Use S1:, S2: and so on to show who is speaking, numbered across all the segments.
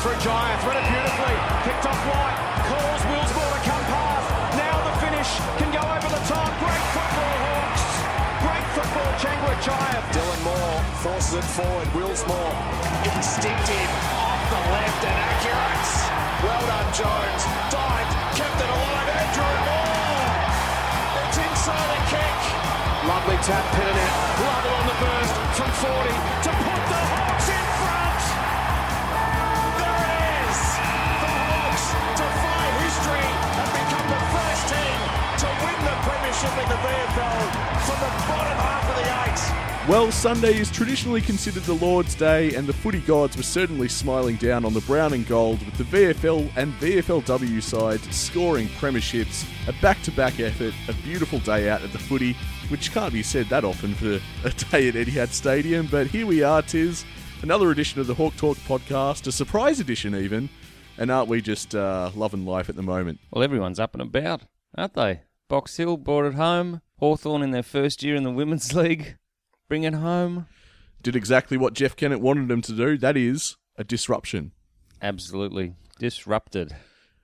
S1: for Jaya, threaded beautifully, picked off White, calls Willsmore to come past. Now the finish can go over the top. Great football, Hawks. Great football, Changwa Jaya.
S2: Dylan Moore forces it forward. Willsmore, instinctive off the left and accurate. Well done, Jones. Dived, kept it alive. Andrew Moore. It's inside a kick. Lovely tap, pinning it. Lovell on the burst from 40 to put the Hawks in front. There it is. The Hawks defy history and become the first team to win the premiership in the VFL from the bottom half of the eight.
S3: Well, Sunday is traditionally considered the Lord's Day, and the footy gods were certainly smiling down on the brown and gold with the VFL and VFLW sides scoring premierships, a back to back effort, a beautiful day out at the footy, which can't be said that often for a day at Etihad Stadium, but here we are, Tiz, another edition of the Hawk Talk podcast, a surprise edition even, and aren't we just uh, loving life at the moment?
S4: Well, everyone's up and about, aren't they? Box Hill brought it home. Hawthorn in their first year in the Women's League. Bring it home.
S3: Did exactly what Jeff Kennett wanted them to do, that is, a disruption.
S4: Absolutely disrupted.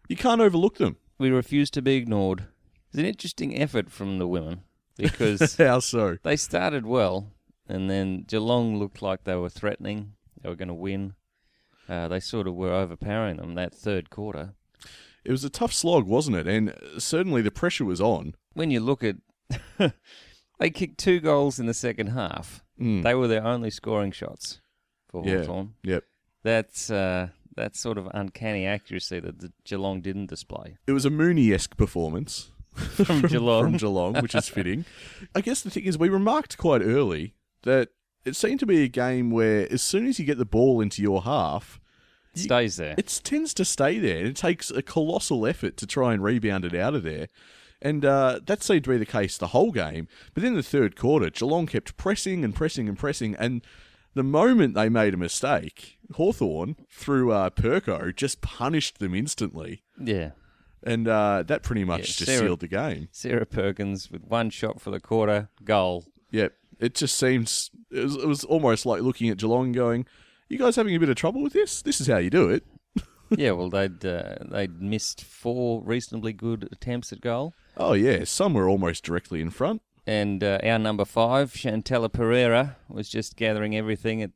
S3: You can't overlook them.
S4: We refuse to be ignored. It's an interesting effort from the women because
S3: How so?
S4: they started well and then Geelong looked like they were threatening. They were going to win. Uh, they sort of were overpowering them that third quarter.
S3: It was a tough slog, wasn't it? And uh, certainly the pressure was on.
S4: when you look at they kicked two goals in the second half. They were their only scoring shots for
S3: Hmm. Yeah.
S4: Hawthorn.
S3: Yep.
S4: That's uh, that sort of uncanny accuracy that the Geelong didn't display
S3: It was a Mooney esque performance
S4: from Geelong.
S3: from Geelong, which is fitting. I guess the thing is, we remarked quite early that it seemed to be a game where as soon as you get the ball into your half,
S4: stays there.
S3: it tends to stay there. It takes a colossal effort to try and rebound it out of there. And uh, that seemed to be the case the whole game. But in the third quarter, Geelong kept pressing and pressing and pressing. And the moment they made a mistake, Hawthorn through uh, Perko, just punished them instantly.
S4: yeah.
S3: And uh, that pretty much just
S4: Sarah-
S3: sealed the game.
S4: Sarah Perkins with one shot for the quarter, goal.
S3: Yep. It just seems, it was, it was almost like looking at Geelong and going, you guys having a bit of trouble with this? This is how you do it.
S4: yeah, well they'd uh, they'd missed four reasonably good attempts at goal.
S3: Oh, yeah. Some were almost directly in front.
S4: And uh, our number five, Chantella Pereira, was just gathering everything, at,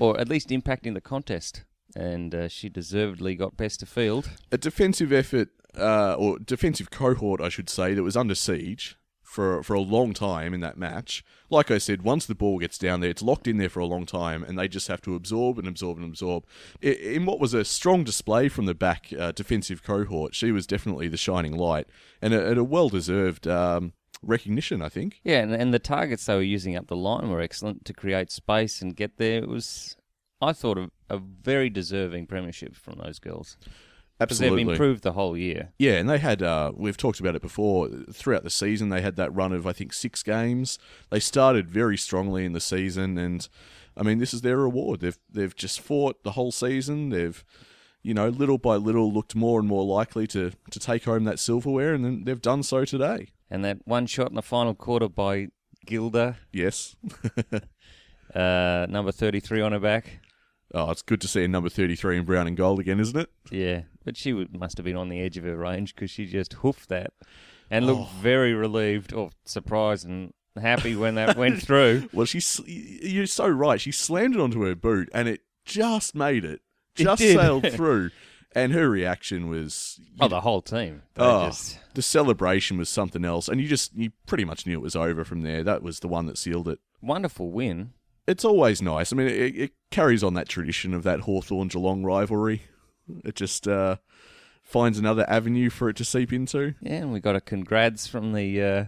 S4: or at least impacting the contest. And uh, she deservedly got best of field.
S3: a defensive effort uh, or defensive cohort, I should say, that was under siege for for a long time in that match. Like I said, once the ball gets down there, it's locked in there for a long time, and they just have to absorb and absorb and absorb. I- In what was a strong display from the back uh, defensive cohort, she was definitely the shining light and a, and a well deserved um, recognition, I think.
S4: Yeah, and, and the targets they were using up the line were excellent to create space and get there. It was, I thought, a, a very deserving premiership from those girls. 'Cause
S3: Absolutely.
S4: They've improved the whole year.
S3: Yeah, and they had, uh, we've talked about it before, throughout the season, they had that run of, I think, six games. They started very strongly in the season, and I mean, this is their reward. They've, they've just fought the whole season. They've, you know, little by little looked more and more likely to, to take home that silverware, and then they've done so today.
S4: And that one shot in the final quarter by Gilda,
S3: Yes.
S4: uh, number 33 on her back.
S3: oh, it's good to see a number 33 in brown and gold again, isn't it?
S4: Yeah, but she would, must have been on the edge of her range because she just hoofed that and looked
S3: Oh.
S4: very relieved or surprised and happy when that went through.
S3: Well, she, sl- you're so right. She slammed it onto her boot, and it just made it,
S4: It
S3: just
S4: did.
S3: sailed through. And her reaction was,
S4: Oh, the whole team. They
S3: Oh,
S4: just-
S3: the celebration was something else, and you just you pretty much knew it was over from there. That was the one that sealed it.
S4: wonderful win.
S3: It's always nice. I mean, it, it carries on that tradition of that Hawthorn Geelong rivalry. It just uh, finds another avenue for it to seep into.
S4: Yeah, and we got a congrats from the uh,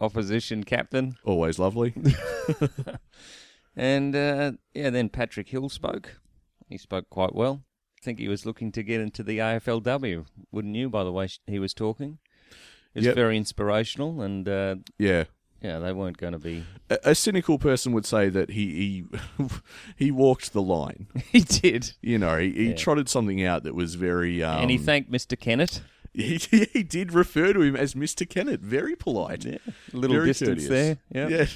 S4: opposition captain.
S3: Always lovely.
S4: And uh, yeah, then Patrick Hill spoke. He spoke quite well. I think he was looking to get into the AFLW. Wouldn't you, by the way, sh- he was talking? It was
S3: Yep.
S4: very inspirational, and uh,
S3: Yeah,
S4: yeah, they weren't going to be.
S3: a, a cynical person would say that he he he walked the line.
S4: he did.
S3: You know, he, he
S4: Yeah.
S3: trotted something out that was very um,
S4: and he thanked Mr. Kennett.
S3: He, he did refer to him as Mr. Kennett. Very polite.
S4: Yeah, a little distance there,
S3: Yeah.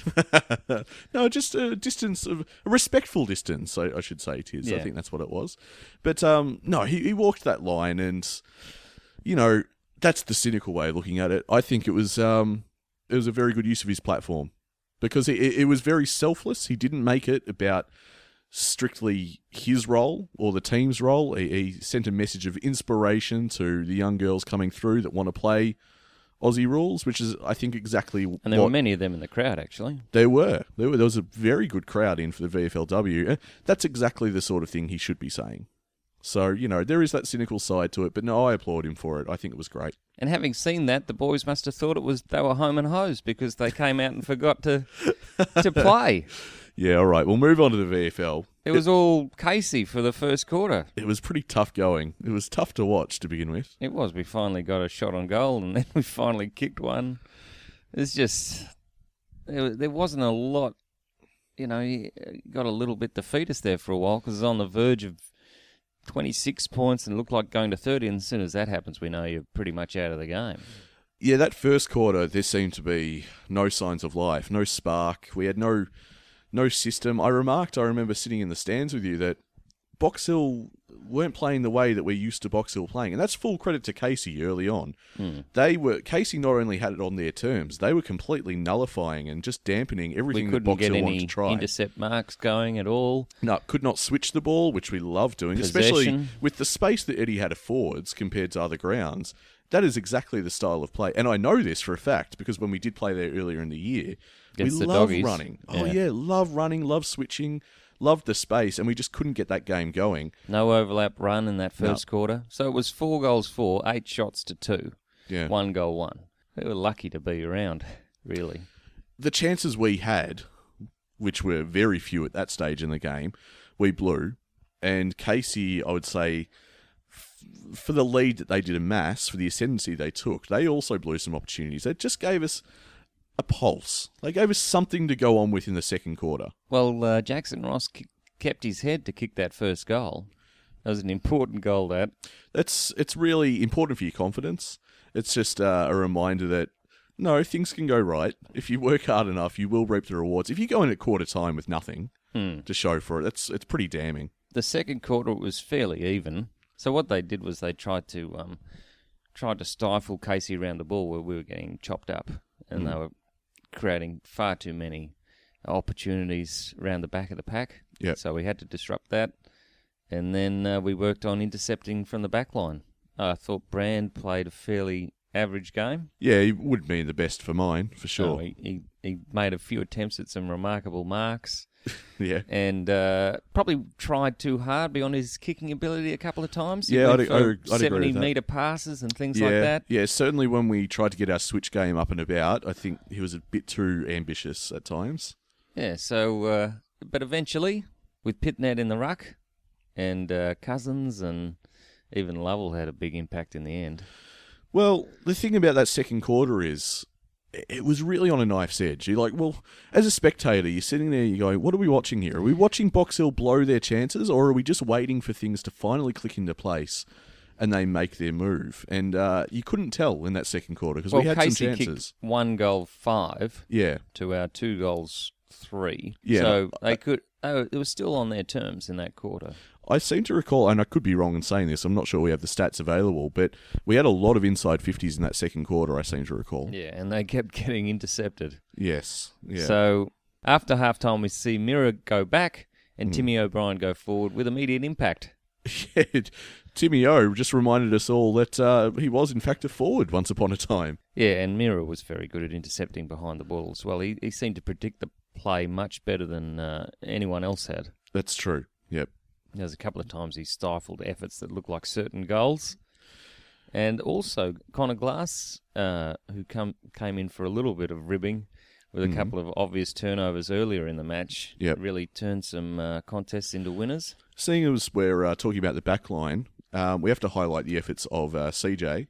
S3: no, just a distance of a respectful distance, I, I should say it is. I
S4: Yeah.
S3: think that's what it was. But um, no, he, he walked that line, and you know that's the cynical way of looking at it. I think it was um, it was a very good use of his platform because it, it was very selfless. He didn't make it about strictly his role or the team's role. He, he sent a message of inspiration to the young girls coming through that want to play Aussie rules, which is, I think, exactly
S4: And there
S3: what
S4: were many of them in the crowd, actually.
S3: they were. There were. There was a very good crowd in for the VFLW. Eh, That's exactly the sort of thing he should be saying. So you know there is that cynical side to it, but no, I applaud him for it. I think it was great.
S4: And having seen that, the boys must have thought it was they were home and hosed because they came out and forgot to to play.
S3: Yeah, all right. We'll move on to the VFL.
S4: It was all Casey for the first quarter.
S3: It was pretty tough going. It was tough to watch to begin with.
S4: It was. We finally got a shot on goal, and then we finally kicked one. It's just there there wasn't a lot. You know, he uh, got a little bit defeatist there for a while because on the verge of twenty six points and it looked like going to thirty. And as soon as that happens, we know you're pretty much out of the game.
S3: Yeah, that first quarter, there seemed to be no signs of life, no spark. We had no no system. I remarked, I remember sitting in the stands with you, that Box Hill weren't playing the way that we're used to Box Hill playing, and that's full credit to Casey early on.
S4: Hmm.
S3: They were Casey not only had it on their terms, they were completely nullifying and just dampening
S4: We
S3: everything that
S4: couldn't
S3: Box
S4: get
S3: Hill wanted
S4: any
S3: to try.
S4: intercept marks going at all.
S3: No, could not switch the ball, which we love doing, especially
S4: Possession.
S3: with the space that Eddie had of forwards compared to other grounds. That is exactly the style of play, and I know this for a fact because when we did play there earlier in the year, we
S4: Against the
S3: love
S4: doggies.
S3: running. Oh
S4: Yeah.
S3: yeah, love running, love switching, love the space, and we just couldn't get that game going.
S4: No overlap run in that first quarter. So it was four goals for, eight shots to two.
S3: Yeah.
S4: One goal one. We were lucky to be around, really.
S3: the chances we had, which were very few at that stage in the game, we blew. And Casey, I would say, f- for the lead that they did in mass, for the ascendancy they took, they also blew some opportunities. They just gave us a pulse. They gave us something to go on with in the second quarter.
S4: Well, uh, Jackson Ross k- kept his head to kick that first goal. That was an important goal, that.
S3: That's it's really important for your confidence. It's just uh, a reminder that no, things can go right if you work hard enough. You will reap the rewards. If you go in at quarter time with nothing to show for it, that's it's pretty damning.
S4: The second quarter was fairly even. So what they did was they tried to um, tried to stifle Casey around the ball where we were getting chopped up,
S3: Mm.
S4: and they were creating far too many opportunities around the back of the pack.
S3: Yep.
S4: So we had to disrupt that, and then uh, we worked on intercepting from the back line. I thought Brand played a fairly average game.
S3: Yeah, he would be the best for mine for
S4: So
S3: sure.
S4: he, he he made a few attempts at some remarkable marks.
S3: yeah,
S4: and uh, probably tried too hard beyond his kicking ability a couple of times. He
S3: Yeah,
S4: went
S3: I'd-
S4: for
S3: I'd- I'd agree with
S4: seventy
S3: that.
S4: meter passes and things
S3: yeah,
S4: like that.
S3: yeah. Certainly, when we tried to get our switch game up and about, I think he was a bit too ambitious at times.
S4: Yeah, so uh, but eventually with Pitnet in the ruck and uh, Cousins and even Lovell had a big impact in the end.
S3: Well, the thing about that second quarter is it was really on a knife's edge. You're like, well, as a spectator, you're sitting there, you're going, what are we watching here? Are we watching Box Hill blow their chances, or are we just waiting for things to finally click into place and they make their move? And uh, you couldn't tell in that second quarter because
S4: Well,
S3: we had
S4: Casey
S3: some
S4: kicked
S3: chances.
S4: one goal five
S3: Yeah,
S4: to our two goals three.
S3: Yeah,
S4: so
S3: I-
S4: they could. Oh, it was still on their terms in that quarter.
S3: I seem to recall, and I could be wrong in saying this, I'm not sure we have the stats available, but we had a lot of inside 50s in that second quarter, I seem to recall.
S4: Yeah, and they kept getting intercepted.
S3: Yes. Yeah.
S4: So after halftime, we see Mira go back
S3: Hmm.
S4: and Timmy O'Brien go forward with immediate impact.
S3: Yeah, Timmy O just reminded us all that uh, he was, in fact, a forward once upon a time.
S4: Yeah, and Mira was very good at intercepting behind the ball as well. He, he seemed to predict the play much better than uh, anyone else had.
S3: That's true. Yep.
S4: There was a couple of times he stifled efforts that looked like certain goals. And also Connor Glass, uh, who come, came in for a little bit of ribbing with a couple of obvious turnovers earlier in the match,
S3: Hmm. Yep.
S4: really turned some uh, contests into winners.
S3: Seeing as we're uh, talking about the back line, um, we have to highlight the efforts of uh, CJ.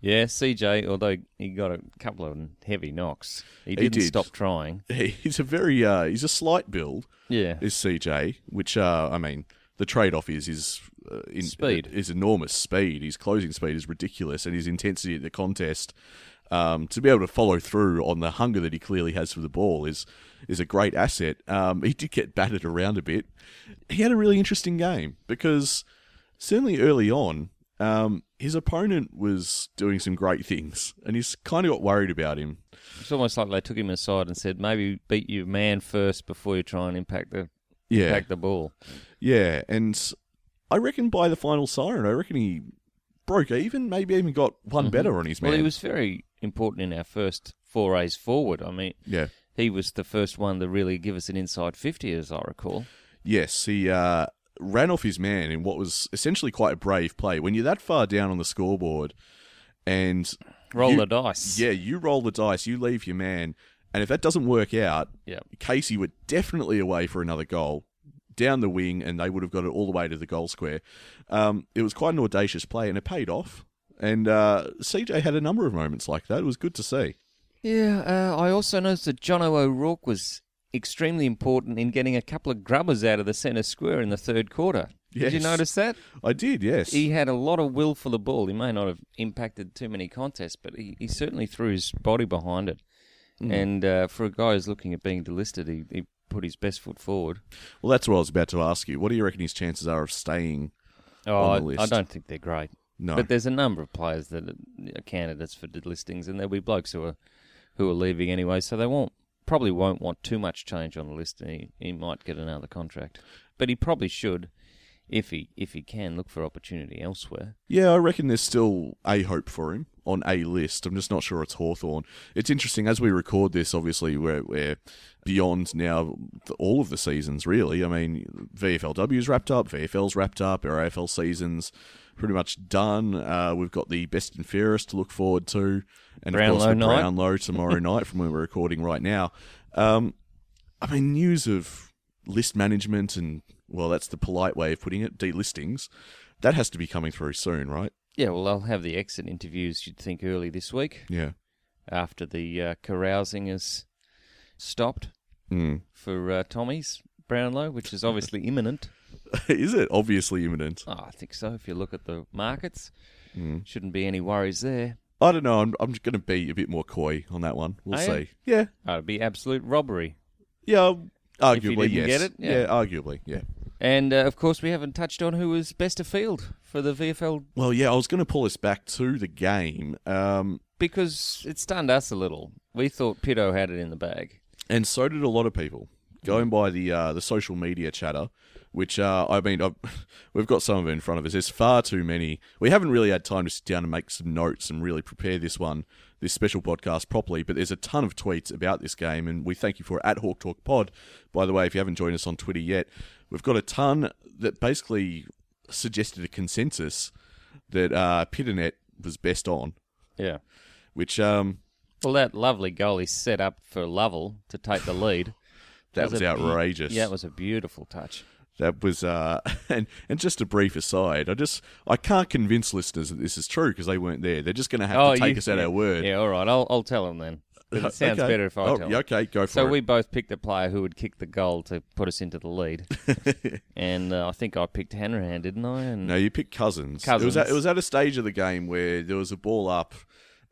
S4: Yeah, CJ, although he got a couple of heavy knocks, he didn't
S3: did.
S4: stop trying.
S3: He's a very, uh, he's a slight build,
S4: Yeah.
S3: is CJ, which, uh, I mean, the trade off is his uh, in,
S4: Speed.
S3: is enormous. Speed, his closing speed is ridiculous, and his intensity at the contest um, to be able to follow through on the hunger that he clearly has for the ball is is a great asset. Um, he did get battered around a bit. He had a really interesting game because certainly early on, um, his opponent was doing some great things, and he's kind of got worried about him.
S4: It's almost like they took him aside and said, maybe beat your man first before you try and impact the
S3: Yeah,
S4: impact the ball.
S3: Yeah, and I reckon by the final siren, I reckon he broke even, maybe even got one better on his man.
S4: Mm-hmm. Well, he was very important in our first forays forward. I mean,
S3: yeah.
S4: he was the first one to really give us an inside 50, as I recall.
S3: Yes, he uh, ran off his man in what was essentially quite a brave play. When you're that far down on the scoreboard and
S4: Roll
S3: You-
S4: the dice.
S3: yeah, you roll the dice, you leave your man, and if that doesn't work out,
S4: Yep.
S3: Casey were definitely away for another goal down the wing, and they would have got it all the way to the goal square. Um, it was quite an audacious play, and it paid off. And uh, CJ had a number of moments like that. It was good to see.
S4: Yeah, uh, I also noticed that John O'Rourke was extremely important in getting a couple of grubbers out of the centre square in the third quarter. Did you
S3: Yes.
S4: notice that?
S3: I did, yes.
S4: He had a lot of will for the ball. He may not have impacted too many contests, but he, he certainly threw his body behind it. And uh, for a guy who's looking at being delisted, he, he put his best foot forward.
S3: well, that's what I was about to ask you. What do you reckon his chances are of staying?
S4: Oh,
S3: the
S4: I, I
S3: list.
S4: don't think they're great.
S3: No.
S4: But there's a number of players that are candidates for delistings, and there'll be blokes who are who are leaving anyway, so they won't probably won't want too much change on the list, and he, he might get another contract. But he probably should, if he if he can, look for opportunity elsewhere.
S3: Yeah, I reckon there's still a hope for him on a list. I'm just not sure it's Hawthorn. It's interesting as we record this. Obviously, we're, we're beyond now th- all of the seasons. Really, I mean, VFLW's wrapped up, VFL's wrapped up, our AFL seasons pretty much done. Uh, we've got the best and fairest to look forward to, and of
S4: Brownlow
S3: course the
S4: night.
S3: Brownlow tomorrow night from when we're recording right now. Um, I mean, news of list management and well, that's the polite way of putting it, delistings. That has to be coming through soon, right?
S4: Yeah, well, I'll have the exit interviews. You'd think early this week
S3: Yeah.
S4: after the uh, carousing has stopped
S3: Mm.
S4: for uh, Tommy's Brownlow, which is obviously imminent.
S3: Is it obviously imminent?
S4: Oh, I think so. If you look at the markets, shouldn't be any worries there.
S3: I don't know. I'm, I'm just going to be a bit more coy on that one. We'll
S4: Are
S3: see.
S4: you?
S3: Yeah.
S4: Oh, it'd be absolute robbery.
S3: Yeah. um,
S4: you
S3: Arguably,
S4: didn't
S3: yes.
S4: get it, yeah.
S3: arguably, yeah.
S4: And uh, of course, we haven't touched on who was best of field for the VFL
S3: Well, yeah, I was going to pull us back to the game, um,
S4: because it stunned us a little. We thought Pito had it in the bag.
S3: and so did a lot of people. Going by the uh, the social media chatter, which uh, I mean, I've, we've got some of it in front of us. There's far too many. We haven't really had time to sit down and make some notes and really prepare this one, this special podcast properly. But there's a ton of tweets about this game, and we thank you for it at Hawk Talk Pod. By the way, if you haven't joined us on Twitter yet, we've got a ton that basically suggested a consensus that uh, Pitanet was best on,
S4: Yeah.
S3: which um,
S4: Well, that lovely goal he set up for Lovell to take the lead.
S3: that was,
S4: a beau-
S3: outrageous.
S4: Yeah, it was a beautiful touch.
S3: That was uh, and and just a brief aside. I just I can't convince listeners that this is true because they weren't there. They're just going to have to take
S4: Oh, you-
S3: us at
S4: yeah.
S3: our word.
S4: Yeah, all right. I'll, I'll tell him then. But it sounds
S3: Okay.
S4: better if I
S3: oh,
S4: tell
S3: yeah,
S4: him.
S3: Okay, go for
S4: So
S3: it.
S4: we both picked a player who would kick the goal to put us into the lead. and uh, I think I picked Hanrahan, didn't I? And
S3: No, you picked Cousins. It was,
S4: Cousins.
S3: at, it was at a stage of the game where there was a ball up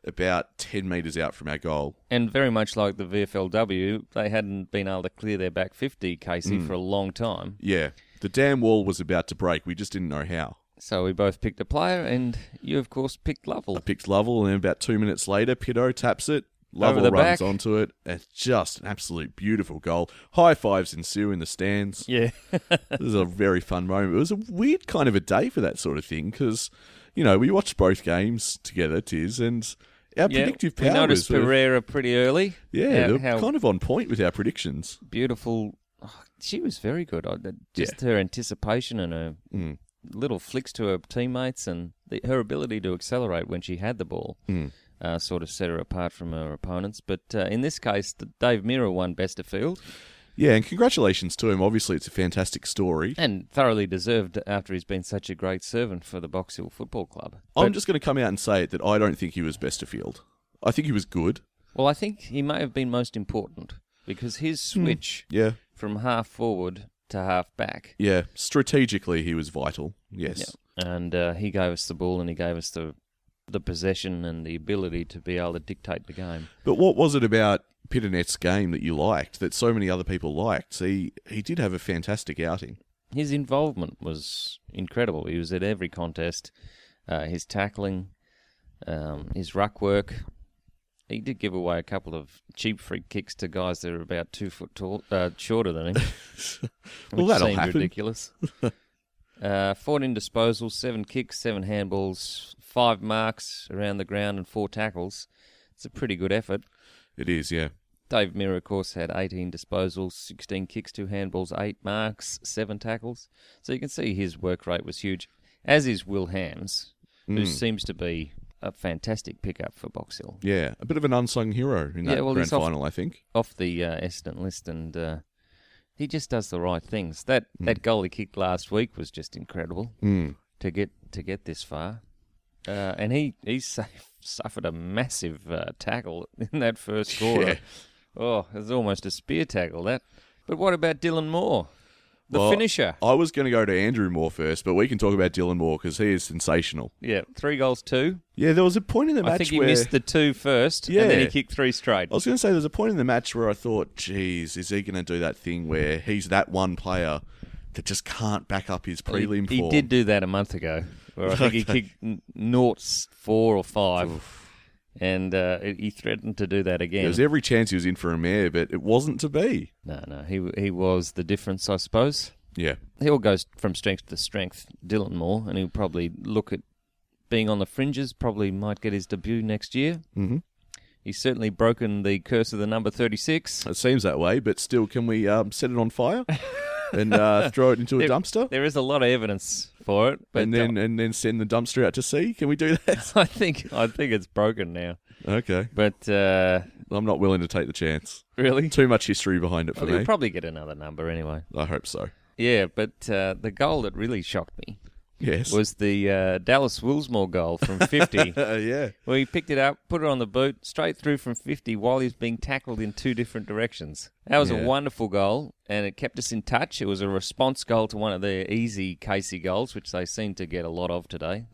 S3: about ten meters out from our goal.
S4: And very much like the VFLW, they hadn't been able to clear their back 50, Casey,
S3: Hmm.
S4: for a long time.
S3: Yeah, the damn wall was about to break. We just didn't know how.
S4: So we both picked a player, and you, of course, picked Lovell.
S3: I picked Lovell, and then about two minutes later, Pito taps it. Lovell
S4: the
S3: runs
S4: back.
S3: onto it. It's just an absolute beautiful goal. High fives ensue in the stands.
S4: Yeah.
S3: It was a very fun moment. It was a weird kind of a day for that sort of thing because, you know, we watched both games together, Tiz, and our
S4: yeah.
S3: predictive
S4: we noticed
S3: powers were,
S4: Pereira pretty early.
S3: yeah,
S4: How,
S3: they were
S4: how
S3: kind of on point with our predictions.
S4: beautiful. oh, she was very good. I, that- just her anticipation and her
S3: Mm.
S4: little flicks to her teammates and the, her ability to accelerate when she had the ball
S3: Mm.
S4: uh, sort of set her apart from her opponents. But uh, in this case, the, Dave Mirror won best of field.
S3: Yeah, and congratulations to him. Obviously, it's a fantastic story.
S4: and thoroughly deserved after he's been such a great servant for the Box Hill Football Club.
S3: I'm just going to come out and say it that I don't think he was best of field. I think he was good.
S4: Well, I
S3: Hmm.
S4: think he may have been most important because his switch
S3: Yeah.
S4: from half forward to half back.
S3: Yeah, strategically he was vital. Yes.
S4: and uh, he gave us the ball and he gave us the the possession and the ability to be able to dictate the game.
S3: But what was it about Pitternet's game that you liked that so many other people liked? He he did have a fantastic outing.
S4: His involvement was incredible. He was at every contest. Uh, his tackling, um, his ruck work. He did give away a couple of cheap free kicks to guys that are about two foot tall, uh, shorter than him,
S3: Well,
S4: which
S3: that'll
S4: seemed
S3: happen.
S4: ridiculous. uh, 14 disposals, seven kicks, seven handballs, five marks around the ground, and four tackles. It's a pretty good effort.
S3: It is, yeah.
S4: Dave Mirror, of course, had 18 disposals, 16 kicks, two handballs, eight marks, seven tackles. So you can see his work rate was huge, as is Will Hams, who seams to be a fantastic pickup for Box Hill.
S3: Yeah. A bit of an unsung hero in
S4: Yeah,
S3: that
S4: well,
S3: grand
S4: he's off-
S3: final, I think.
S4: Off the uh, Essendon list, and uh, he just does the right things. That
S3: Hmm.
S4: that goal he kicked last week was just incredible to get to get this far. Uh, and he he sa- suffered a massive uh, tackle in that first quarter.
S3: Yeah.
S4: Oh, it was almost a spear tackle that. But what about Dylan Moore, the
S3: Well,
S4: finisher?
S3: I was going to go to Andrew Moore first, but we can talk about Dylan Moore because he is sensational.
S4: Yeah, three goals, two.
S3: Yeah, there was a point in the match
S4: I think he
S3: where
S4: missed the two first, and then he
S3: Yeah.
S4: kicked three straight.
S3: I was going to say there's a point in the match where I thought, geez, is he going to do that thing where he's that one player that just can't back up his
S4: He-
S3: prelim
S4: he,
S3: form?
S4: did do that a month ago, where I think he kicked n- naught s- four or five, and uh, he threatened to do that again.
S3: There was every chance he was in for a mare, but it wasn't to be.
S4: no, no, he w- he was the difference, I suppose.
S3: Yeah.
S4: He'll go s- from strength to strength, Dylan Moore, and he'll probably look at being on the fringes. Probably might get his debut next year. Mm-hmm. He's certainly broken the curse of the number thirty-six.
S3: It seems that way, but still, can we um, set it on fire and uh, throw it into a dumpster,
S4: There is a lot of evidence for it, but
S3: and then and then send the dumpster out to sea? Can we do that?
S4: I think I think it's broken now.
S3: okay,
S4: But uh,
S3: I'm not willing to take the chance.
S4: really,
S3: Too much history behind it for
S4: Well,
S3: me.
S4: He'll probably get another number anyway.
S3: I hope so.
S4: Yeah, but uh, the goal that really shocked me
S3: Yes.
S4: was the uh, Dallas Willsmore goal from 50.
S3: Uh, yeah.
S4: where he picked it up, put it on the boot, straight through from 50 while he was being tackled in two different directions. That was
S3: Yeah.
S4: a wonderful goal, and it kept us in touch. It was a response goal to one of their easy Casey goals, which they seem to get a lot of today.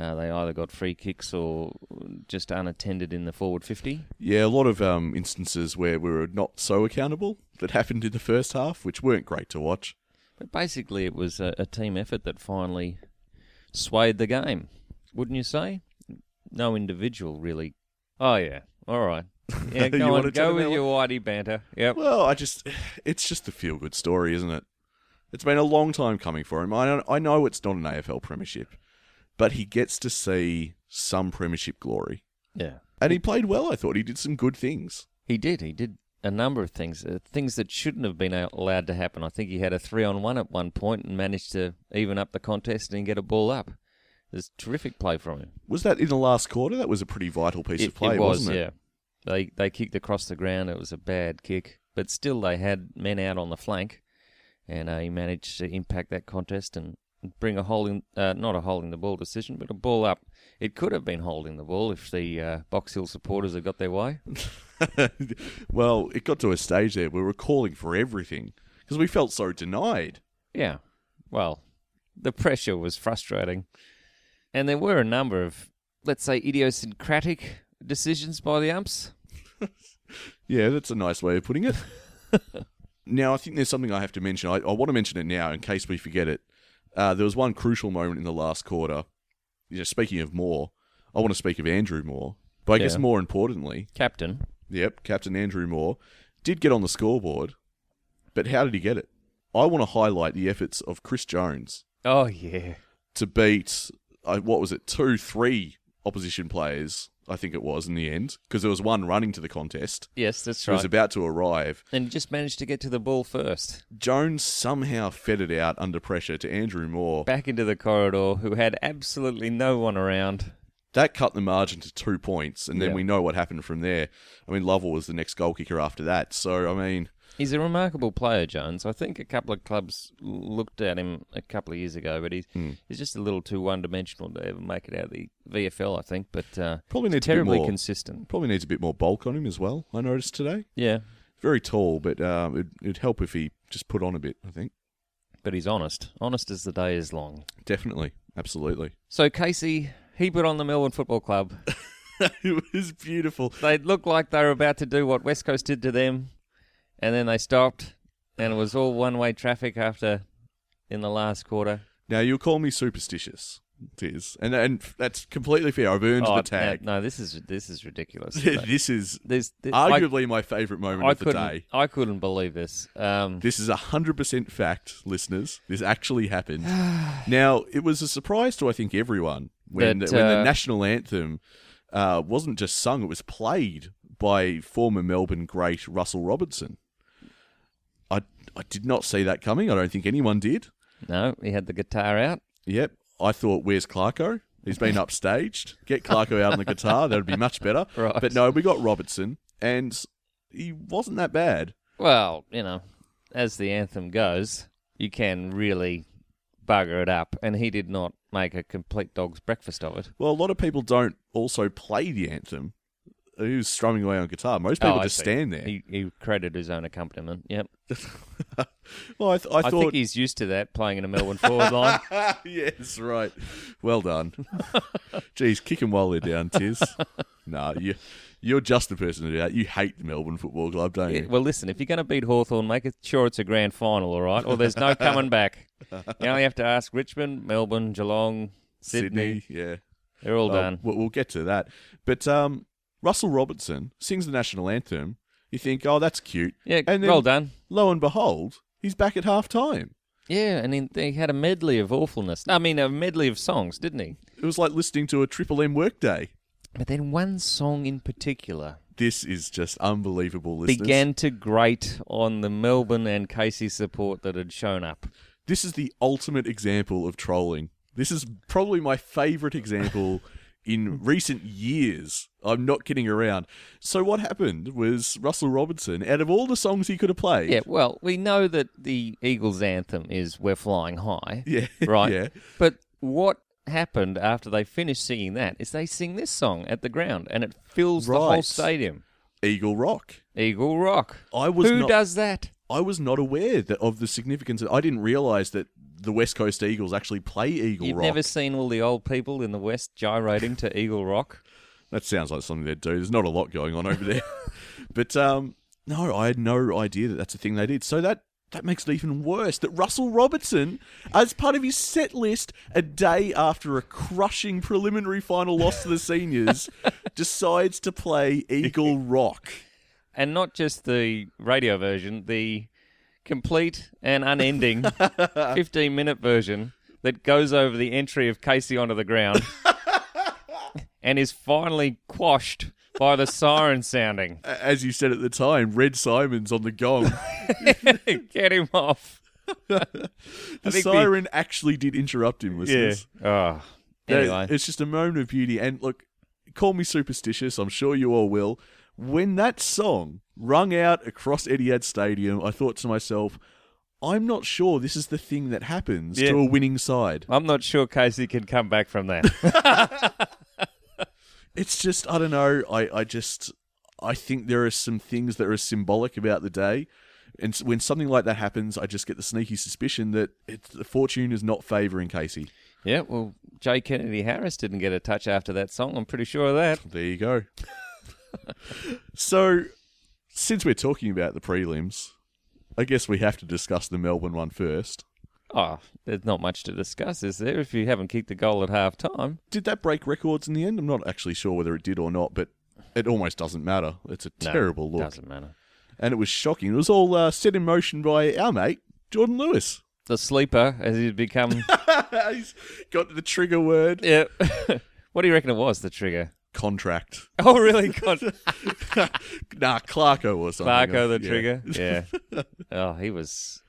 S4: Uh, they either got free kicks or just unattended in the forward 50.
S3: Yeah, a lot of um, instances where we were not so accountable that happened in the first half, which weren't great to watch.
S4: But basically, it was a, a team effort that finally swayed the game, wouldn't you say? No individual really. Oh yeah, all right. Yeah,
S3: You
S4: go
S3: wanna
S4: on,
S3: chat
S4: go with
S3: about
S4: your whitey banter. Yep.
S3: Well, I just, it's just a feel good story, isn't it? It's been a long time coming for him. I, don't- I know it's not an AFL premiership, but he gets to see some premiership glory.
S4: Yeah.
S3: And he played well, I thought. He did some good things.
S4: He did. He did a number of things, uh, things that shouldn't have been a- allowed to happen. I think he had a three-on-one at one point and managed to even up the contest and get a ball up. There's terrific play from him.
S3: Was that in the last quarter? That was a pretty vital piece of play,
S4: was,
S3: not it?
S4: yeah. They they kicked across the ground. It was a bad kick, but still they had men out on the flank, and uh, he managed to impact that contest and bring a holding, uh, not a holding the ball decision, but a ball up. It could have been holding the ball if the uh, Box Hill supporters had got their way.
S3: well, it got to a stage there where we were calling for everything because we felt so denied.
S4: Yeah. Well, the pressure was frustrating. And there were a number of, let's say, idiosyncratic decisions by the umps.
S3: Yeah, that's a nice way of putting it. now, I think there's something I have to mention. I, I want to mention it now in case we forget it. Uh, there was one crucial moment in the last quarter. You know, speaking of Moore, I want to speak of Andrew Moore. But I guess
S4: Yeah.
S3: more importantly,
S4: Captain.
S3: yep, Captain Andrew Moore did get on the scoreboard. But how did he get it? I want to highlight the efforts of Chris Jones
S4: Oh, yeah.
S3: to beat, uh, what was it, two, three opposition players, I think it was in the end, because there was one running to the contest
S4: Yes, that's
S3: who was
S4: right.
S3: about to arrive.
S4: and just managed to get to the ball first.
S3: Jones somehow fed it out under pressure to Andrew Moore.
S4: Back into the corridor, who had absolutely no one around.
S3: That cut the margin to two points, and then
S4: Yeah.
S3: we know what happened from there. I mean, Lovell was the next goal kicker after that. So, I mean,
S4: He's a remarkable player, Jones. I think a couple of clubs l- looked at him a couple of years ago, but he's, he's just a little too one dimensional to ever make it out of the VFL, I think. But uh,
S3: Probably
S4: he's
S3: needs a bit
S4: terribly
S3: more.
S4: consistent.
S3: probably needs a bit more bulk on him as well, I noticed today.
S4: Yeah.
S3: Very tall, but um, it, it'd help if he just put on a bit, I think.
S4: but he's honest. Honest as the day is long.
S3: Definitely. Absolutely.
S4: So Casey, he put on the Melbourne Football Club.
S3: it was beautiful.
S4: they looked like they were about to do what West Coast did to them, and then they stopped, and it was all one way traffic after in the last quarter.
S3: Now, you'll call me superstitious. It is. And, and that's completely fair. I've earned
S4: Oh,
S3: the tag.
S4: No, no, this is this is ridiculous.
S3: this is
S4: There's, there-
S3: arguably my favourite moment
S4: I, I
S3: of the
S4: couldn't
S3: day.
S4: I couldn't believe this. Um,
S3: This is 100% fact, listeners. This actually happened. now, it was a surprise to, I think, everyone when,
S4: That,
S3: the, when
S4: uh,
S3: the national anthem uh, wasn't just sung, it was played by former Melbourne great Russell Robertson. I, I did not see that coming. I don't think anyone did.
S4: no, he had the guitar out.
S3: Yep. I thought, where's Clarko? He's been upstaged. Get Clarko out on the guitar. That would be much better.
S4: Right.
S3: But no, we got Robertson, and he wasn't that bad.
S4: Well, you know, as the anthem goes, you can really bugger it up, and he did not make a complete dog's breakfast of it.
S3: Well, a lot of people don't also play the anthem. He was strumming away on guitar. Most people
S4: Oh, I
S3: just
S4: see.
S3: stand there.
S4: He, he created his own accompaniment. Yep,
S3: well, I, th- I
S4: I
S3: thought,
S4: think he's used to that playing in a Melbourne forward line.
S3: yes, right. Well done. Jeez, kick him while they're down, Tiz. no, you, you're just the person to do that. You hate the Melbourne Football Club, don't you?
S4: Well, listen, if you're going to beat Hawthorn, make it sure it's a grand final, all right? Or there's no coming back. You only have to ask Richmond, Melbourne, Geelong, Sydney.
S3: yeah.
S4: They're all
S3: Well,
S4: done.
S3: We'll, we'll get to that. But um, Russell Robertson sings the national anthem. You think, oh, that's cute.
S4: Yeah,
S3: and then,
S4: well done.
S3: Lo and behold, he's back at half time.
S4: Yeah, and he, he had a medley of awfulness. No, I mean, a medley of songs, didn't he?
S3: It was like listening to a Triple M workday.
S4: But then one song in particular
S3: This is just unbelievable, listeners.
S4: began to grate on the Melbourne and Casey support that had shown up.
S3: This is the ultimate example of trolling. This is probably my favorite example in recent years. I'm not kidding around. So what happened was Russell Robertson, out of all the songs he could have played,
S4: Yeah, well, we know that the Eagles anthem is "We're Flying High."
S3: Yeah,
S4: right.
S3: yeah.
S4: But what happened after they finished singing that is they sing this song at the ground, and it fills the whole
S3: Right.
S4: stadium.
S3: Eagle Rock.
S4: Eagle Rock.
S3: I was
S4: Who
S3: not-
S4: does that?
S3: I was not aware that of the significance. Of, I didn't realize that the West Coast Eagles actually play Eagle
S4: You've
S3: Rock.
S4: never seen all the old people in the West gyrating to Eagle Rock.
S3: That sounds like something they'd do. There's not a lot going on over there, but um, no, I had no idea that that's a thing they did. So that that makes it even worse. That Russell Robertson, as part of his set list, a day after a crushing preliminary final loss to the seniors, decides to play Eagle Rock.
S4: and not just the radio version, the complete and unending 15 minute version that goes over the entry of Casey onto the ground and is finally quashed by the siren sounding.
S3: A- As you said at the time, Red Simon's on the gong.
S4: Get him off.
S3: The
S4: think the-
S3: siren actually did interrupt him. Listeners.
S4: Oh.
S3: That-
S4: Anyway,
S3: It's just a moment of beauty. And look, call me superstitious. I'm sure you all will. When that song rung out across Etihad Stadium, I thought to myself, I'm not sure this is the thing that happens
S4: Yeah.
S3: to a winning side.
S4: I'm not sure Casey can come back from that.
S3: It's just, I don't know. I, I just, I think there are some things that are symbolic about the day. And s- when something like that happens, I just get the sneaky suspicion that it's, the fortune is not favouring Casey.
S4: yeah, well, Jay Kennedy Harris didn't get a touch after that song. I'm pretty sure of that.
S3: There you go. so, since we're talking about the prelims, I guess we have to discuss the Melbourne one first.
S4: Oh, there's not much to discuss, is there? If you haven't kicked a goal at half time,
S3: Did that break records in the end? I'm not actually sure whether it did or not, but it almost doesn't matter. It's a terrible look.
S4: doesn't matter.
S3: And it was shocking. It was all uh, set in motion by our mate, Jordan Lewis.
S4: the sleeper as he'd become.
S3: He's got the trigger word
S4: yeah. what do you reckon it was? The trigger.
S3: contract.
S4: Oh, really? God,
S3: Nah, Clarko or something.
S4: Barco the
S3: Yeah.
S4: trigger. Yeah. oh, he was.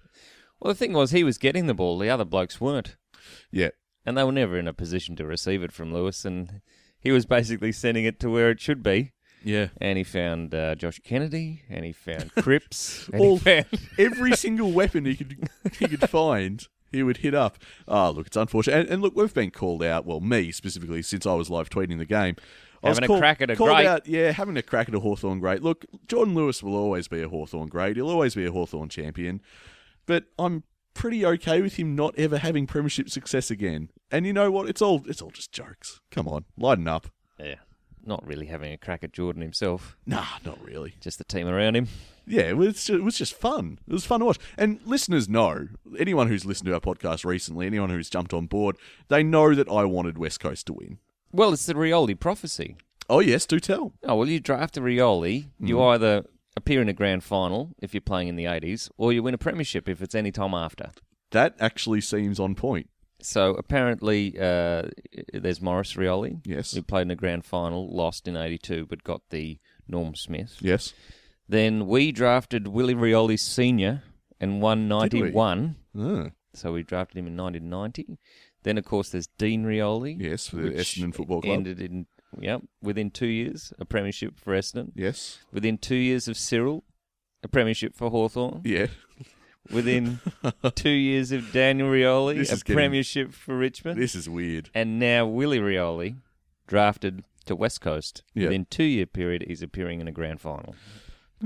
S4: Well, the thing was, he was getting the ball. The other blokes weren't,
S3: Yeah.
S4: and they were never in a position to receive it from Lewis. And he was basically sending it to where it should be.
S3: Yeah.
S4: And he found uh, Josh Kennedy, and he found Cripps, and
S3: All-
S4: he found
S3: every single weapon he could he could find, he would hit up. Ah, look, it's unfortunate. And, and look, we've been called out. Well, me specifically, since I was live tweeting the game. I was
S4: Having a
S3: called-
S4: crack at a
S3: called
S4: great.
S3: out- yeah, having a crack at a Hawthorn great. Look, Jordan Lewis will always be a Hawthorn great. He'll always be a Hawthorn champion. But I'm pretty okay with him not ever having premiership success again. And you know what? It's all it's all just jokes. Come on, lighten up.
S4: Yeah. Not really having a crack at Jordan himself,
S3: Nah, not really.
S4: just the team around him.
S3: Yeah, it was, just, it was just fun. It was fun to watch. And listeners know, anyone who's listened to our podcast recently, anyone who's jumped on board, they know that I wanted West Coast to win.
S4: Well, it's the Rioli prophecy.
S3: Oh, yes, do tell.
S4: Oh, well, you draft a Rioli, you
S3: Mm.
S4: either appear in a grand final if you're playing in the 80s, or you win a premiership if it's any time after.
S3: That actually seems on point.
S4: So apparently, uh, there's Morris Rioli.
S3: Yes.
S4: Who played in the grand final, lost in 82, but got the Norm Smith.
S3: Yes.
S4: Then we drafted Willie Rioli Sr. and won
S3: we?
S4: 91.
S3: Ah,
S4: So we drafted him in 1990. Then, of course, there's Dean Rioli.
S3: yes, for the
S4: which
S3: Essendon Football Club.
S4: Ended in, yep, within two years, a premiership for Essendon.
S3: yes.
S4: Within two years of Cyril, a premiership for Hawthorn.
S3: Yeah.
S4: Within two years of Daniel Rioli,
S3: This
S4: a
S3: is getting-
S4: premiership for Richmond.
S3: This is weird.
S4: And now Willie Rioli, drafted to West Coast.
S3: Yeah.
S4: Within two year period, he's appearing in a grand final.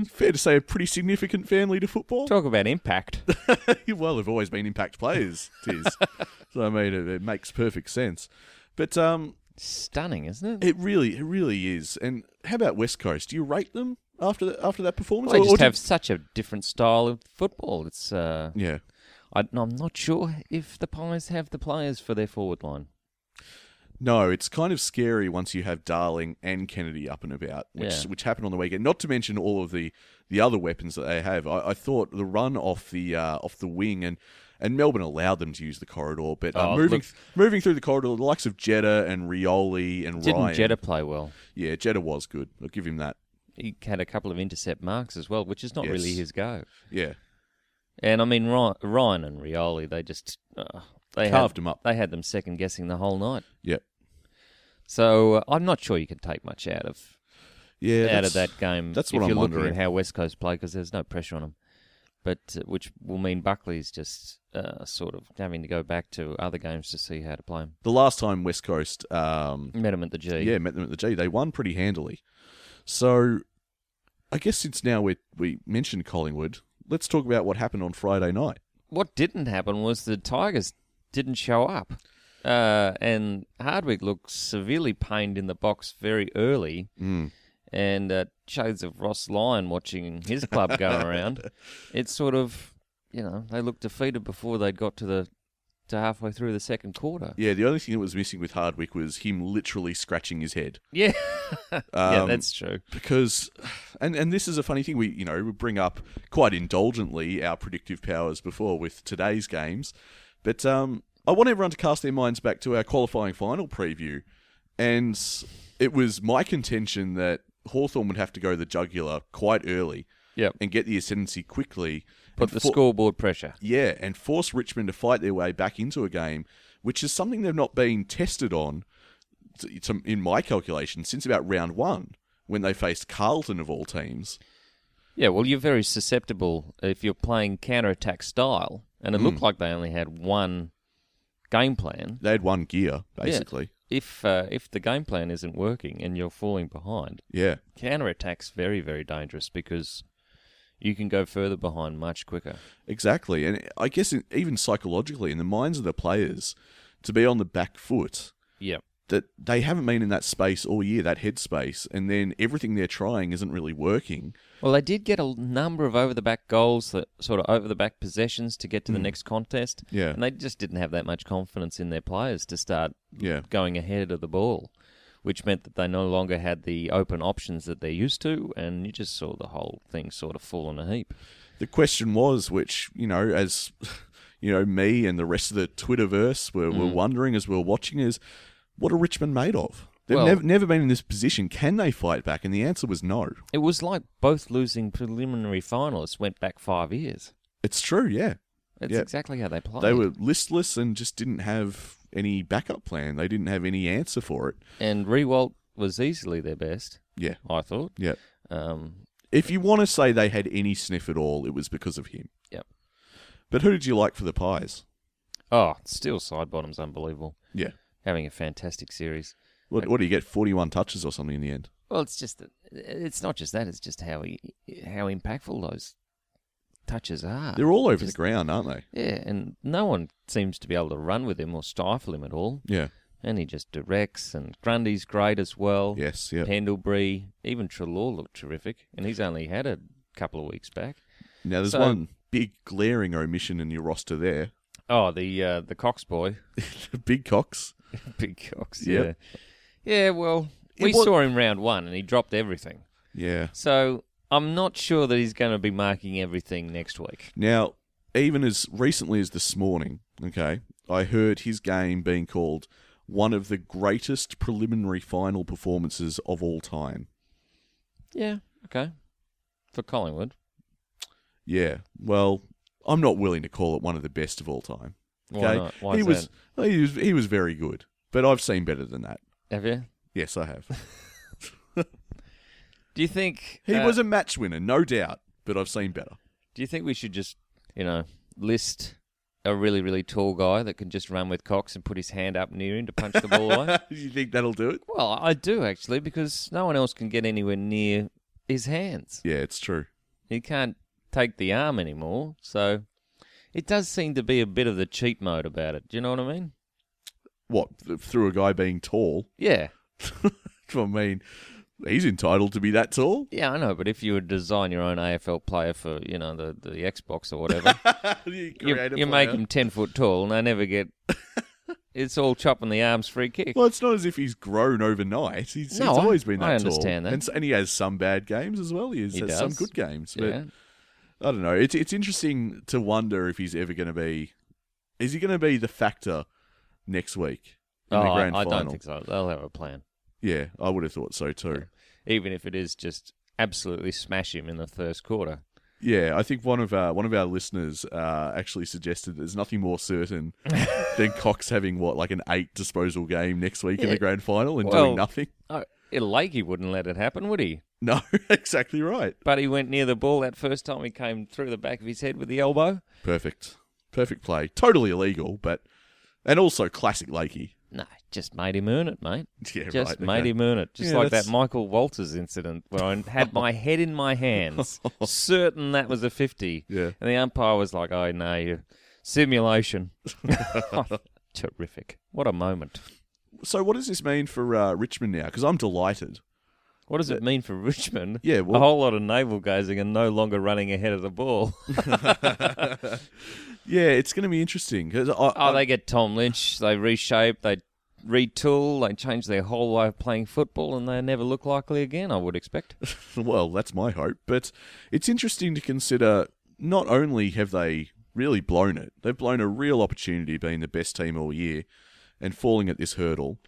S3: Fair to say, a pretty significant family to football.
S4: Talk about impact.
S3: well, they've always been impact players, tis. so, I mean, it, it makes perfect sense. But um,
S4: Stunning, isn't it?
S3: It really, it really is. And how about West Coast? Do you rate them after that, after that performance?
S4: They
S3: Or- or
S4: just
S3: do-
S4: have such a different style of football. It's uh,
S3: yeah.
S4: I, I'm not sure if the Pies have the players for their forward line.
S3: No, it's kind of scary once you have Darling and Kennedy up and about, which
S4: Yeah.
S3: which happened on the weekend. Not to mention all of the, the other weapons that they have. I, I thought the run off the uh, off the wing and. And Melbourne allowed them to use the corridor, but uh,
S4: Oh,
S3: moving
S4: look-
S3: moving through the corridor, the likes of Jetta and Rioli and
S4: Didn't
S3: Ryan.
S4: Jetta play well?
S3: Yeah, Jetta was good. I'll give him that.
S4: He had a couple of intercept marks as well, which is not really
S3: Yes.
S4: his go.
S3: Yeah,
S4: And I mean Ry- Ryan and Rioli, they just uh, they
S3: Carved
S4: had,
S3: him up.
S4: They had them second guessing the whole night.
S3: yeah,
S4: So uh, I'm not sure you can take much out of
S3: yeah.
S4: out
S3: that's-
S4: of that game.
S3: that's
S4: if
S3: what I'm
S4: you're looking
S3: wondering.
S4: at how West Coast play because there's no pressure on them, but uh, which will mean Buckley's just uh, sort of having to go back to other games to see how to play him.
S3: The last time West Coast um,
S4: Met him at the G.
S3: Yeah, met them at the G. They won pretty handily. So, I guess since now we we mentioned Collingwood, let's talk about what happened on Friday night.
S4: What didn't happen was the Tigers didn't show up, uh, and Hardwick looked severely pained in the box very early.
S3: Mm.
S4: And uh, shades of Ross Lyon watching his club go around. It's sort of, you know, they looked defeated before they'd got to the to halfway through the second quarter.
S3: Yeah, the only thing that was missing with Hardwick was him literally scratching his head
S4: Yeah, yeah,
S3: Um,
S4: that's true.
S3: because, and and this is a funny thing we you know we bring up quite indulgently our predictive powers before with today's games, but um I want everyone to cast their minds back to our qualifying final preview, and it was my contention that Hawthorn would have to go the jugular quite early.
S4: Yep.
S3: and get the ascendancy quickly.
S4: Put
S3: and
S4: the
S3: for-
S4: scoreboard pressure.
S3: Yeah, and force Richmond to fight their way back into a game, which is something they've not been tested on, t- to, in my calculation, since about round one when they faced Carlton of all teams.
S4: Yeah, well, you're very susceptible if you're playing counter-attack style, and it
S3: Mm.
S4: looked like they only had one game plan.
S3: They had one gear basically.
S4: If uh, if the game plan isn't working and you're falling behind,
S3: Yeah.
S4: counter-attack's very very dangerous because you can go further behind much quicker.
S3: exactly. And I guess it- even psychologically, in the minds of the players, to be on the back foot.
S4: Yeah,
S3: That they haven't been in that space all year, that headspace, and then everything they're trying isn't really working.
S4: Well, they did get a number of over the back goals, that sort of over the back possessions to get to the next contest.
S3: Yeah.
S4: And they just didn't have that much confidence in their players to start
S3: Yeah.
S4: going ahead of the ball, which meant that they no longer had the open options that they're used to. And you just saw the whole thing sort of fall in a heap.
S3: the question was, which you know, as you know, me and the rest of the Twitterverse were,
S4: Mm.
S3: were wondering as we were watching, is what are Richmond made of? They've
S4: Well-
S3: never, never been in this position. Can they fight back? And the answer was no.
S4: It was like both losing preliminary finalists went back five years.
S3: It's true. Yeah,
S4: That's
S3: Yeah.
S4: exactly how they played.
S3: they were listless and just didn't have any backup plan. They didn't have any answer for it.
S4: And Rewalt was easily their best,
S3: Yeah,
S4: I thought.
S3: yeah.
S4: Um,
S3: If you want to say they had any sniff at all, it was because of him.
S4: Yep.
S3: But who did you like for the Pies?
S4: oh, still side bottoms, unbelievable.
S3: Yeah.
S4: having a fantastic series.
S3: What, what do you get? Forty-one touches or something in the end.
S4: Well, it's just that it's not just that; it's just how he, how impactful those touches are.
S3: They're all over the ground, aren't they?
S4: yeah, and no one seems to be able to run with him or stifle him at all.
S3: Yeah.
S4: And he just directs, and Grundy's great as well.
S3: Yes, yeah.
S4: Pendlebury, even Trelaw looked terrific, and he's only had a couple of weeks back.
S3: Now there's
S4: So-
S3: one big glaring omission in your roster there.
S4: Oh, the uh, the Cox boy,
S3: The big Cox.
S4: Big Cox.
S3: Yep.
S4: Yeah, yeah. Well,
S3: It
S4: we
S3: wa-
S4: saw him round one, and he dropped everything.
S3: Yeah.
S4: So I'm not sure that he's going to be marking everything next week.
S3: Now, even as recently as this morning, okay, I heard his game being called one of the greatest preliminary final performances of all time.
S4: Yeah. Okay. For Collingwood.
S3: Yeah. Well, I'm not willing to call it one of the best of all time. Okay?
S4: Why not? Why
S3: he
S4: is
S3: was he was he was very good, but I've seen better than that.
S4: that? Have you?
S3: Yes, I have.
S4: Do you think
S3: He
S4: uh,
S3: was a match winner, no doubt, but I've seen better.
S4: Do you think we should just, you know, list a really, really tall guy that can just run with Cox and put his hand up near him to punch the ball away?
S3: you think that'll do it?
S4: Well, I do actually, because no one else can get anywhere near his hands.
S3: Yeah, it's true.
S4: He can't take the arm anymore, so it does seem to be a bit of the cheat mode about it. Do you know what I mean?
S3: What th- through a guy being tall?
S4: Yeah.
S3: I mean, he's entitled to be that tall.
S4: Yeah, I know, but if you would design your own AFL player for, you know, the, the Xbox or whatever,
S3: you
S4: you,
S3: create a
S4: you make
S3: player.
S4: him 10 foot tall and they never get. it's all chopping the arms free kick.
S3: Well, it's not as if he's grown overnight. He's,
S4: No,
S3: he's
S4: I-
S3: always been that
S4: I
S3: tall.
S4: understand that.
S3: And, s- and he has some bad games as well. He has,
S4: He
S3: has some
S4: does.
S3: good games. But
S4: yeah.
S3: I don't know. It's it's interesting to wonder if he's ever going to be. Is he going to be the factor next week in
S4: oh,
S3: the
S4: I-
S3: grand
S4: I,
S3: final?
S4: don't think so. They'll have a plan,
S3: Yeah, I would have thought so too.
S4: even if it is just absolutely smash him in the first quarter.
S3: Yeah, I think one of our, one of our listeners uh, actually suggested there's nothing more certain than Cox having what like an eight disposal game next week in
S4: Yeah.
S3: the grand final and
S4: Well-
S3: doing nothing.
S4: Oh, Lakey wouldn't let it happen, would he?
S3: No, exactly right.
S4: But he went near the ball that first time he came through the back of his head with the elbow.
S3: Perfect. Perfect play. Totally illegal, but and also classic Lakey.
S4: No, just made him earn it, mate.
S3: Yeah,
S4: just
S3: right,
S4: made
S3: okay.
S4: him earn it. Just
S3: Yeah,
S4: like
S3: that's-
S4: that Michael Walters incident where I had my head in my hands, certain that was a 50.
S3: Yeah.
S4: And the umpire was like, oh, no, you simulation. Terrific. What a moment.
S3: So what does this mean for uh, Richmond now? Because I'm delighted.
S4: What does it mean for Richmond?
S3: Yeah, well-
S4: a whole lot of navel gazing and no longer running ahead of the ball.
S3: Yeah, it's going to be interesting. 'cause I,
S4: oh, they get Tom Lynch. They reshape. They retool. They change their whole way of playing football, and they never look likely again. I would expect.
S3: well, that's my hope. But it's interesting to consider. Not only have they really blown it, they've blown a real opportunity being the best team all year, and falling at this hurdle.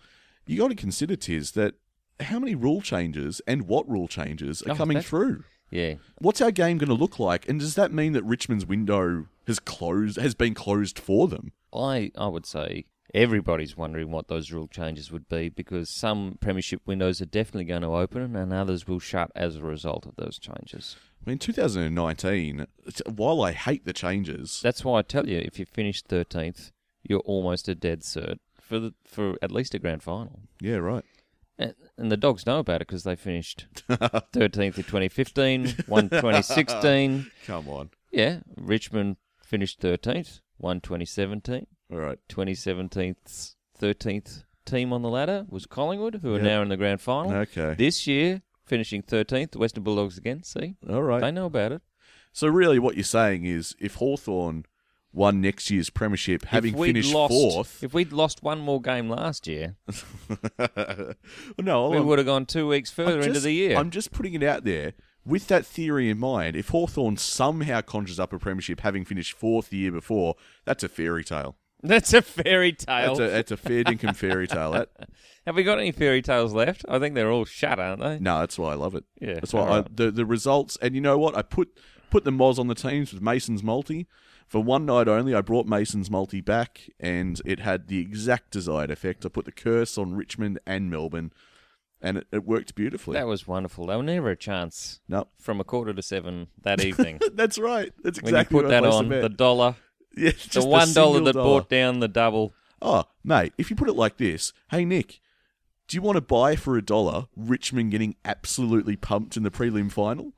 S3: You got to consider, Tiz, that how many rule changes and what rule changes are
S4: Oh,
S3: coming
S4: that's-
S3: through.
S4: Yeah,
S3: What's our game going to look like? And does that mean that Richmond's window has closed, has been closed for them?
S4: I I would say everybody's wondering what those rule changes would be because some premiership windows are definitely going to open and others will shut as a result of those changes.
S3: I mean, 2019. it's- While I hate the changes,
S4: That's why I tell you, if you finish thirteenth, you're almost a dead cert for the, for at least a grand final.
S3: yeah, right.
S4: And, and the dogs know about it because they finished 13th in 2015, won 2016.
S3: Come on.
S4: Yeah, Richmond finished 13th, won 2017.
S3: All right.
S4: 2017's 13th team on the ladder was Collingwood, who are
S3: Yep.
S4: now in the grand final.
S3: Okay.
S4: This year, finishing 13th, the Western Bulldogs again. See,
S3: All right.
S4: they know about it.
S3: So really, what you're saying is, if Hawthorn won next year's premiership, having
S4: if we'd
S3: finished
S4: lost,
S3: fourth,
S4: If we'd lost one more game last year,
S3: Well, no, all
S4: we
S3: I'm-
S4: would have gone two weeks further
S3: I'm
S4: into
S3: just-
S4: the year.
S3: I'm just putting it out there. With that theory in mind, if Hawthorn somehow conjures up a premiership having finished fourth the year before, that's a fairy tale.
S4: That's a fairy tale.
S3: That's a, that's a fair dinkum fairy tale. That
S4: Have we got any fairy tales left? I think they're all shut, aren't they?
S3: no, that's why I love it.
S4: Yeah,
S3: that's why I,
S4: alright.
S3: the the results. And you know what? I put put the Moz on the teams with Mason's multi for one night only. I brought Mason's multi back, and it had the exact desired effect. I put the curse on Richmond and Melbourne, and it, it worked beautifully.
S4: That was wonderful. There was never a chance
S3: no,
S4: from a quarter to seven that evening.
S3: that's right. That's
S4: when you
S3: exactly
S4: put
S3: what
S4: that
S3: I placed
S4: on,
S3: the
S4: the
S3: bet.
S4: dollar,
S3: Yeah, just
S4: the one dollar
S3: single
S4: that brought down the double.
S3: Oh, mate, if you put it like this, hey Nick, do you want to buy for a dollar Richmond getting absolutely pumped in the prelim final?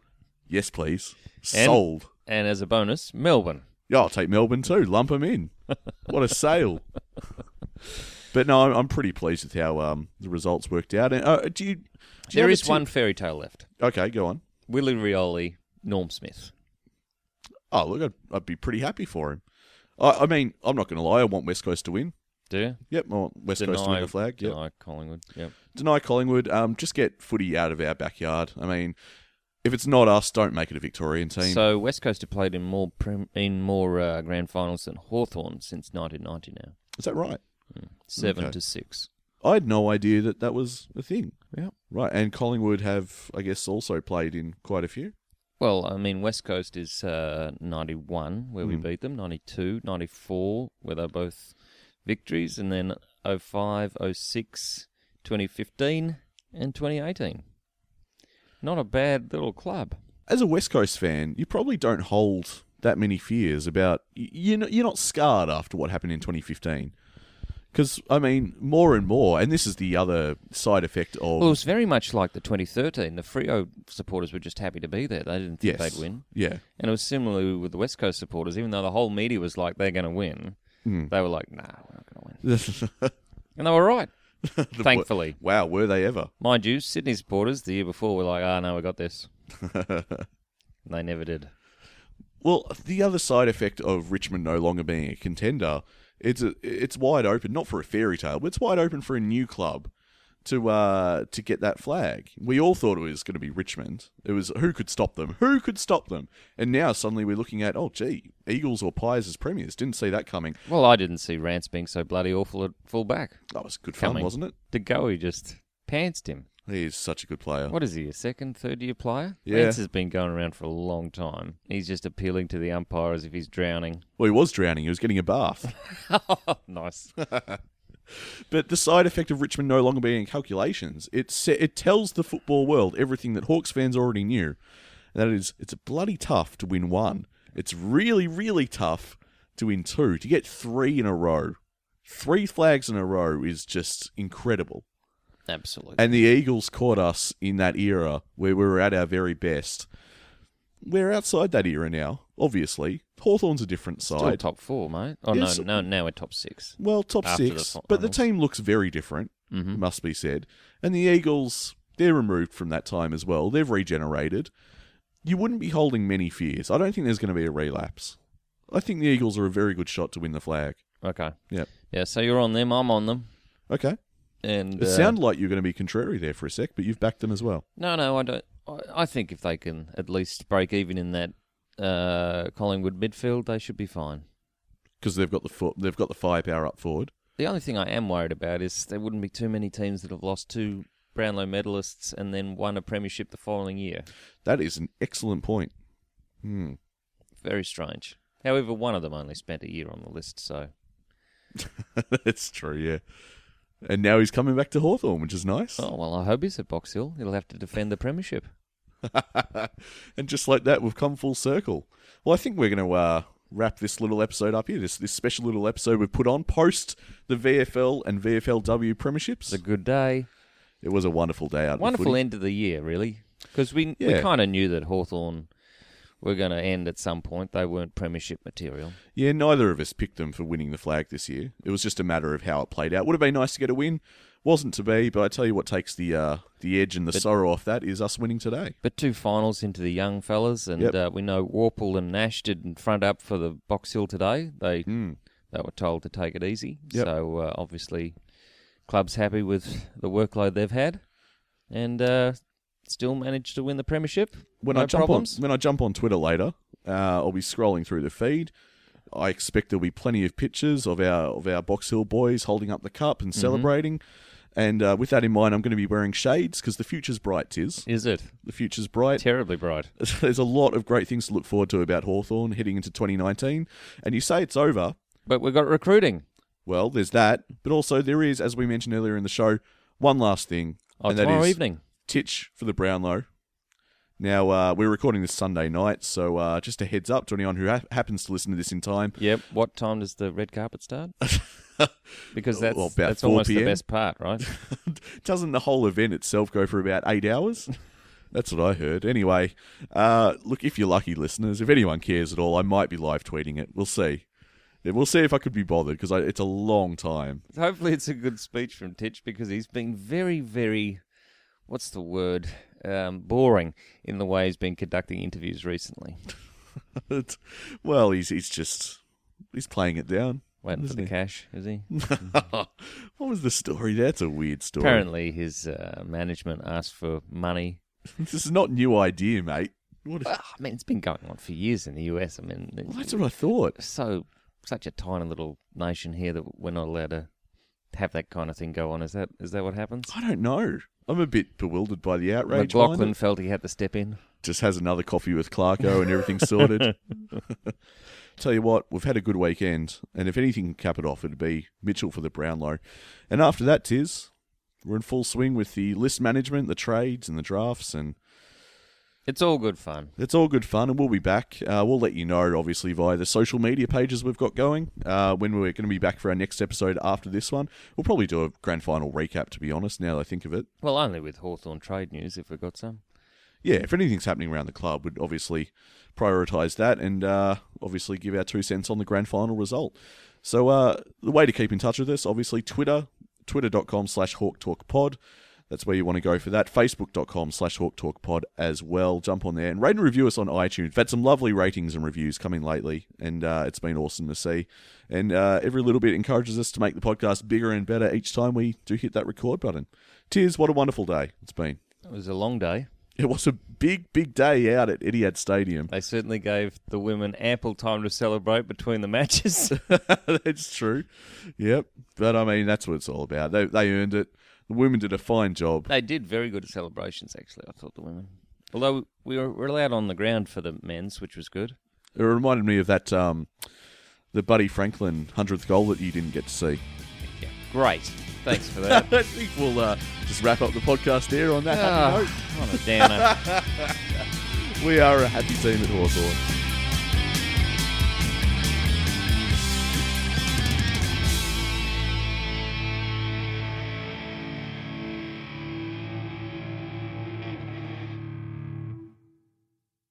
S3: Yes, please.
S4: And-
S3: Sold.
S4: and as a bonus, Melbourne.
S3: Yeah, I'll take Melbourne too. Lump them in. What a sale! but no, I'm, I'm pretty pleased with how um, the results worked out. And uh, do you? do you
S4: there
S3: have a
S4: is
S3: tip-
S4: one fairy tale left.
S3: Okay, go on.
S4: Willie Rioli, Norm Smith.
S3: Oh, look, I'd, I'd be pretty happy for him. I, I mean, I'm not going to lie. I want West Coast to win.
S4: Do you?
S3: Yep, I want West Coast to win the flag. Yep.
S4: deny Collingwood. Yep.
S3: deny Collingwood. Um, just get footy out of our backyard. I mean, if it's not us, don't make it a Victorian team.
S4: So West Coast have played in more prim, in more uh, grand finals than Hawthorn since 1990 now.
S3: Is that right?
S4: Seven
S3: Okay.
S4: to six.
S3: I had no idea that that was a thing.
S4: Yeah.
S3: Right, and Collingwood have, I guess, also played in quite a few.
S4: Well, I mean, West Coast is uh, 91, where
S3: Hmm.
S4: we beat them, 92, 94, where they're both victories, and then 05, 06, 2015, and 2018. Not a bad little club.
S3: As a West Coast fan, you probably don't hold that many fears about y- you're not, you're not scarred after what happened in 2015. Because I mean, more and more, and this is the other side effect of
S4: Well, it was very much like the 2013. The Frio supporters were just happy to be there. They didn't
S3: yes,
S4: think they'd win.
S3: Yeah,
S4: And it was similarly with the West Coast supporters, even though the whole media was like, they're going to win, they were like, nah, we're not going to win. And they were right, thankfully.
S3: wow, were they ever?
S4: Mind you, Sydney supporters the year before were like, ah, no, we got this. And they never did.
S3: Well, the other side effect of Richmond no longer being a contender, it's a, it's wide open, not for a fairy tale, but it's wide open for a new club to uh, to get that flag. We all thought it was going to be Richmond. It was who could stop them? Who could stop them? And now suddenly we're looking at oh gee, Eagles or Pies as premiers. Didn't see that coming.
S4: Well, I didn't see Rance being so bloody awful at full back.
S3: That was good fun,
S4: Coming.
S3: wasn't it?
S4: De Goey just pantsed him.
S3: He is such a good player.
S4: What is he, a second, third year player?
S3: Yeah.
S4: Rance has been going around for a long time. He's just appealing to the umpire as if he's drowning.
S3: Well, he was drowning. He was getting a bath.
S4: nice.
S3: But the side effect of Richmond no longer being in calculations, it sa- it tells the football world everything that Hawks fans already knew. And that is, it's bloody tough to win one. It's really, really tough to win two. To get three in a row, three flags in a row is just incredible.
S4: Absolutely.
S3: And the Eagles caught us in that era where we were at our very best. We're outside that era now, obviously. Hawthorn's a different
S4: Still
S3: side.
S4: top four, mate. Oh,
S3: Yes.
S4: no, no, now we're top six.
S3: Well, top
S4: after the Mm-hmm.
S3: six,
S4: finals.
S3: but the team looks very different, must be said. And the Eagles, they're removed from that time as well. They've regenerated. You wouldn't be holding many fears. I don't think there's going to be a relapse. I think the Eagles are a very good shot to win the flag.
S4: Okay.
S3: Yep.
S4: Yeah, so you're on them, I'm on them.
S3: Okay. It
S4: And uh,
S3: sounded like you were going to be contrary there for a sec, but you've backed them as well.
S4: No, no, I don't. I, I think if they can at least break even in that uh, Collingwood midfield, they should be fine.
S3: Because they've got the fo- they've got the firepower up forward.
S4: The only thing I am worried about is there wouldn't be too many teams that have lost two Brownlow medalists and then won a premiership the following year.
S3: That is an excellent point. Hmm.
S4: Very strange. However, one of them only spent a year on the list, so
S3: That's true, yeah. And now he's coming back to Hawthorn, which is nice.
S4: oh well. I hope he's at Box Hill. He'll have to defend the premiership.
S3: and just like that, we've come full circle. Well, I think we're going to uh, wrap this little episode up here. This this special little episode we put on post the VFL and VFLW premierships.
S4: It's a good day.
S3: It was a wonderful day out.
S4: Wonderful
S3: Of the footy.
S4: end of the year, really, because we we
S3: Yeah.
S4: kind of knew that Hawthorn were going to end at some point. They weren't premiership material.
S3: yeah, neither of us picked them for winning the flag this year. It was just a matter of how it played out. Would have been nice to get a win. Wasn't to be, but I tell you what takes the uh, the edge and the sorrow off that is us winning today.
S4: But two finals into the young fellas, and
S3: Yep.
S4: uh, we know Warple and Nash didn't front up for the Box Hill today. They they were told to take it easy,
S3: Hmm. Yep.
S4: so uh, obviously club's happy with the workload they've had, and uh, still managed to win the premiership.
S3: when
S4: no
S3: I jump
S4: problems.
S3: on when I jump on Twitter later, uh, I'll be scrolling through the feed. I expect there'll be plenty of pictures of our of our Box Hill boys holding up the cup
S4: Mm-hmm.
S3: and celebrating. And uh, with that in mind, I'm going to be wearing shades because the future's bright. Tis
S4: Is it
S3: the future's bright.
S4: terribly bright?
S3: There's a lot of great things to look forward to about Hawthorn heading into 2019. And you say it's over,
S4: But we've got recruiting.
S3: well, there's that, but also there is, as we mentioned earlier in the show, one last thing,
S4: Oh,
S3: and that
S4: tomorrow
S3: is
S4: evening.
S3: Titch for the Brownlow. Now uh, we're recording this Sunday night, so uh, just a heads up to anyone who ha- happens to listen to this in time.
S4: Yep. What time does the red carpet start? Because that's
S3: Well, about
S4: that's
S3: 4
S4: almost the
S3: PM.
S4: best part, right?
S3: Doesn't the whole event itself go for about eight hours? That's what I heard. Anyway, uh, look, if you're lucky, listeners, if anyone cares at all, I might be live tweeting it. We'll see. Yeah, We'll see if I could be bothered because it's a long time.
S4: Hopefully, it's a good speech from Titch because he's been very, very, what's the word, um, boring in the way he's been conducting interviews recently.
S3: It's- well, he's he's just he's playing it down.
S4: Waiting for the cash, is he?
S3: what was the story? That's a weird story.
S4: Apparently, his uh, management asked for money.
S3: This is not new idea, mate. What?
S4: Ah, I mean, it's been going on for years in the US. I mean,
S3: Well,
S4: it's
S3: that's what I thought.
S4: so such a tiny little nation here that we're not allowed to have that kind of thing go on. Is that is that what happens?
S3: I don't know. I'm a bit bewildered by the outrage. behind
S4: McLaughlin
S3: it.
S4: felt he had to step in.
S3: just has another coffee with Clarko and everything's sorted. Tell you what, we've had a good weekend, and if anything can cap it off, it'd be Mitchell for the Brownlow. And after that, Tiz, we're in full swing with the list management, the trades, and the drafts, and
S4: It's all good fun.
S3: it's all good fun, and we'll be back. Uh, we'll let you know, obviously, via the social media pages we've got going uh, when we're going to be back for our next episode after this one. We'll probably do a grand final recap, to be honest, now that I think of it.
S4: Well, only with Hawthorn trade news if we got some.
S3: yeah, if anything's happening around the club, we'd obviously prioritise that and uh, obviously give our two cents on the grand final result. So uh, the way to keep in touch with us, obviously Twitter, twitter.com slash Hawk Talk Pod. That's where you want to go for that. Facebook.com slash Hawk Talk Pod as well. Jump on there and rate and review us on iTunes. We've had some lovely ratings and reviews coming lately, and uh, it's been awesome to see. And uh, every little bit encourages us to make the podcast bigger and better each time we do hit that record button. Tears, what a wonderful day it's been.
S4: It was a long day.
S3: It was a big, big day out at Etihad Stadium.
S4: They certainly gave the women ample time to celebrate between the matches.
S3: That's true. Yep. But I mean, that's what it's all about. They, they earned it. The women did a fine job.
S4: they did very good at celebrations, actually. I thought the women, although we were, were allowed on the ground for the men's, which was good.
S3: It reminded me of that, um, the Buddy Franklin 100th goal that you didn't get to see.
S4: Yeah, great. Thanks for that.
S3: I think we'll uh, just wrap up the podcast there on that happy
S4: Ah, what a downer.
S3: note. We are a happy team at Hawthorn.